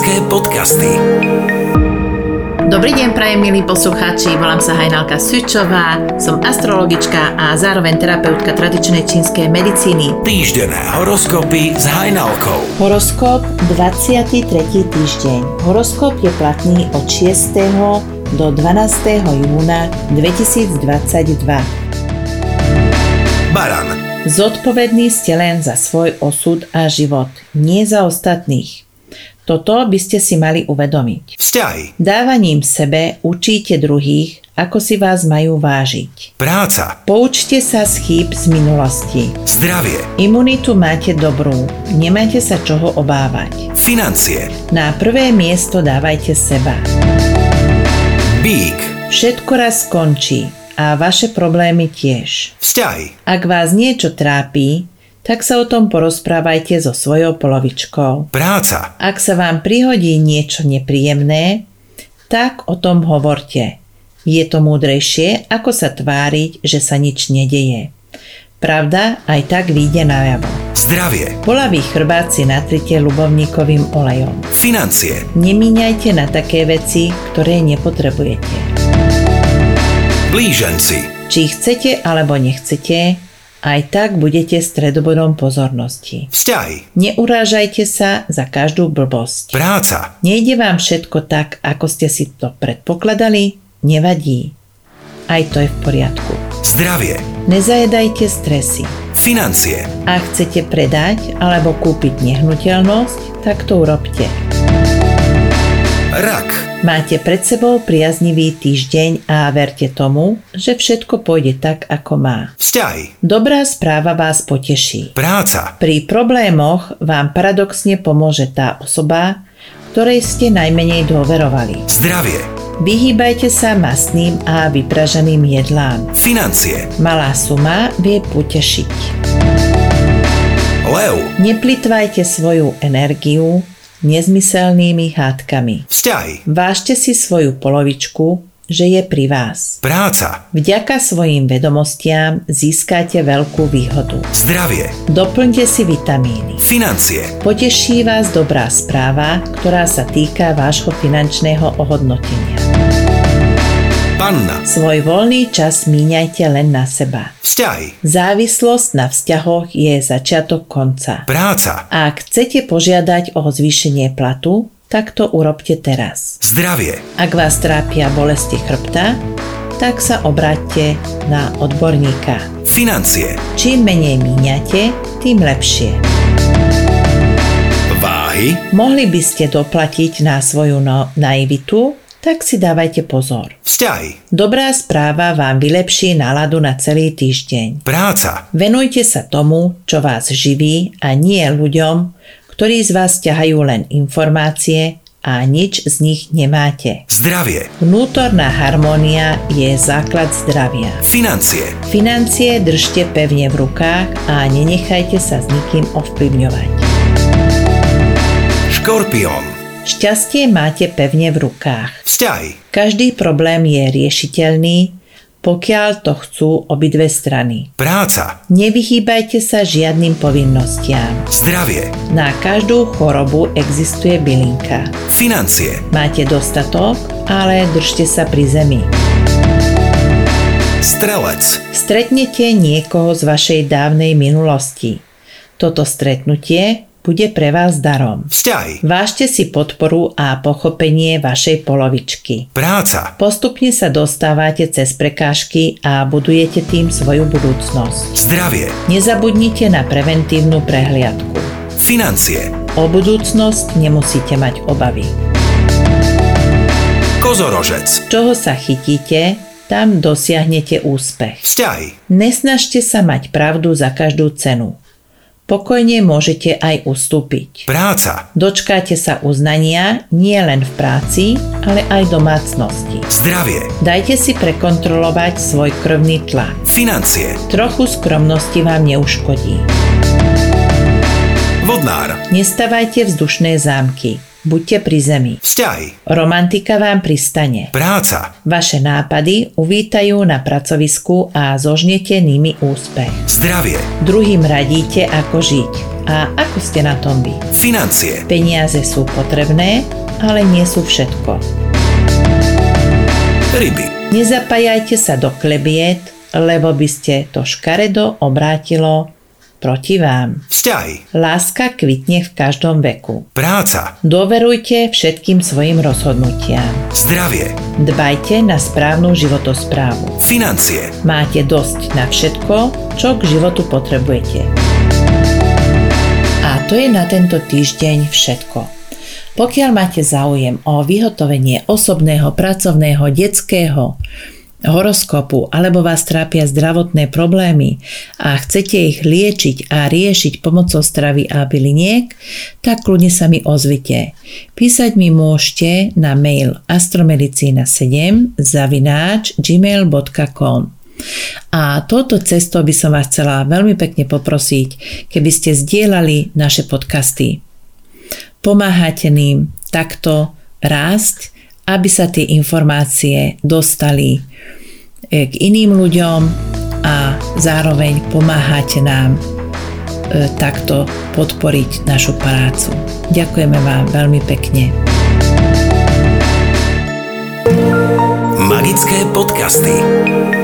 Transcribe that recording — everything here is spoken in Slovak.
Podcasty. Dobrý deň, prajem milí poslucháči, volám sa Hajnalka Sučová, som astrologička a zároveň terapeutka tradičnej čínskej medicíny. Týždené horoskopy s Hajnalkou. Horoskop 23. týždeň. Horoskop je platný od 6. do 12. júna 2022. Baran. Zodpovedný ste len za svoj osud a život, nie za ostatných. Toto by ste si mali uvedomiť. Vzťahy. Dávaním sebe učíte druhých, ako si vás majú vážiť. Práca. Poučte sa z chýb z minulosti. Zdravie. Imunitu máte dobrú, nemáte sa čoho obávať. Financie. Na prvé miesto dávajte seba. Bík. Všetko raz skončí a vaše problémy tiež. Vzťahy. Ak vás niečo trápi, tak sa o tom porozprávajte so svojou polovičkou. Práca. Ak sa vám prihodí niečo nepríjemné, tak o tom hovorte. Je to múdrejšie, ako sa tváriť, že sa nič nedeje. Pravda aj tak vyjde najavo. Zdravie. Bolavý chrbát si natrite ľubovníkovým olejom. Financie. Nemíňajte na také veci, ktoré nepotrebujete. Blíženci. Či chcete alebo nechcete, aj tak budete stredobodom pozornosti. Vzťahy. Neurážajte sa za každú blbosť. Práca. Nejde vám všetko tak, ako ste si to predpokladali? Nevadí. Aj to je v poriadku. Zdravie. Nezajedajte stresy. Financie. Ak chcete predať alebo kúpiť nehnuteľnosť, tak to urobte. Rak. Máte pred sebou priaznivý týždeň a verte tomu, že všetko pôjde tak, ako má. Vzťahy. Dobrá správa vás poteší. Práca. Pri problémoch vám paradoxne pomôže tá osoba, ktorej ste najmenej dôverovali. Zdravie. Vyhýbajte sa masným a vypraženým jedlám. Financie. Malá suma vie potešiť. Lev. Neplitvajte svoju energiu nezmyselnými hádkami. Vzťahy. Vážte si svoju polovičku, že je pri vás. Práca. Vďaka svojim vedomostiam získate veľkú výhodu. Zdravie. Doplňte si vitamíny. Financie. Poteší vás dobrá správa, ktorá sa týka vášho finančného ohodnotenia. Panna. Svoj voľný čas míňajte len na seba. Vzťahy. Závislosť na vzťahoch je začiatok konca. Práca. Ak chcete požiadať o zvýšenie platu, tak to urobte teraz. Zdravie. Ak vás trápia bolesti chrbta, tak sa obráťte na odborníka. Financie. Čím menej míňate, tým lepšie. Váhy. Mohli by ste doplatiť na svoju no- naivitu, tak si dávajte pozor. Vzťahy. Dobrá správa vám vylepší náladu na celý týždeň. Práca. Venujte sa tomu, čo vás živí a nie ľuďom, ktorí z vás ťahajú len informácie a nič z nich nemáte. Zdravie. Vnútorná harmónia je základ zdravia. Financie. Financie držte pevne v rukách a nenechajte sa s nikým ovplyvňovať. Škorpión. Šťastie máte pevne v rukách. Vzťahy. Každý problém je riešiteľný, pokiaľ to chcú obidve strany. Práca. Nevyhýbajte sa žiadnym povinnostiam. Zdravie. Na každú chorobu existuje bylinka. Financie. Máte dostatok, ale držte sa pri zemi. Strelec. Stretnete niekoho z vašej dávnej minulosti. Toto stretnutie bude pre vás darom. Vzťahy. Vážte si podporu a pochopenie vašej polovičky. Práca. Postupne sa dostávate cez prekážky a budujete tým svoju budúcnosť. Zdravie. Nezabudnite na preventívnu prehliadku. Financie. O budúcnosť nemusíte mať obavy. Kozorožec. Čoho sa chytíte, tam dosiahnete úspech. Vzťahy. Nesnažte sa mať pravdu za každú cenu. Pokojne môžete aj ustúpiť. Práca. Dočkáte sa uznania nie len v práci, ale aj domácnosti. Zdravie. Dajte si prekontrolovať svoj krvný tlak. Financie. Trochu skromnosti vám neuškodí. Vodnár. Nestavajte vzdušné zámky. Buďte pri zemi. Vzťahy. Romantika vám pristane. Práca. Vaše nápady uvítajú na pracovisku a zožnete nimi úspech. Zdravie. Druhým radíte, ako žiť a ako ste na tom vy. Financie. Peniaze sú potrebné, ale nie sú všetko. ryby, Nezapájajte sa do klebiet, lebo by ste to škaredo obrátilo proti vám. vzťahy, Láska kvitne v každom veku. práca, Doverujte všetkým svojim rozhodnutiam. zdravie, Dbajte na správnu životosprávu. financie, Máte dosť na všetko, čo k životu potrebujete. A to je na tento týždeň všetko. Pokiaľ máte záujem o vyhotovenie osobného, pracovného, detského horoskopu alebo vás trápia zdravotné problémy a chcete ich liečiť a riešiť pomocou stravy a byliniek, tak kľudne sa mi ozvite. Písať mi môžete na mail astromedicina7 zavináč gmail.com a touto cestou by som vás chcela veľmi pekne poprosiť, keby ste zdieľali naše podcasty. Pomáhate ním takto rásť, aby sa tie informácie dostali e, k iným ľuďom a zároveň pomáhate nám e, takto podporiť našu prácu. Ďakujeme vám veľmi pekne. magické podcasty.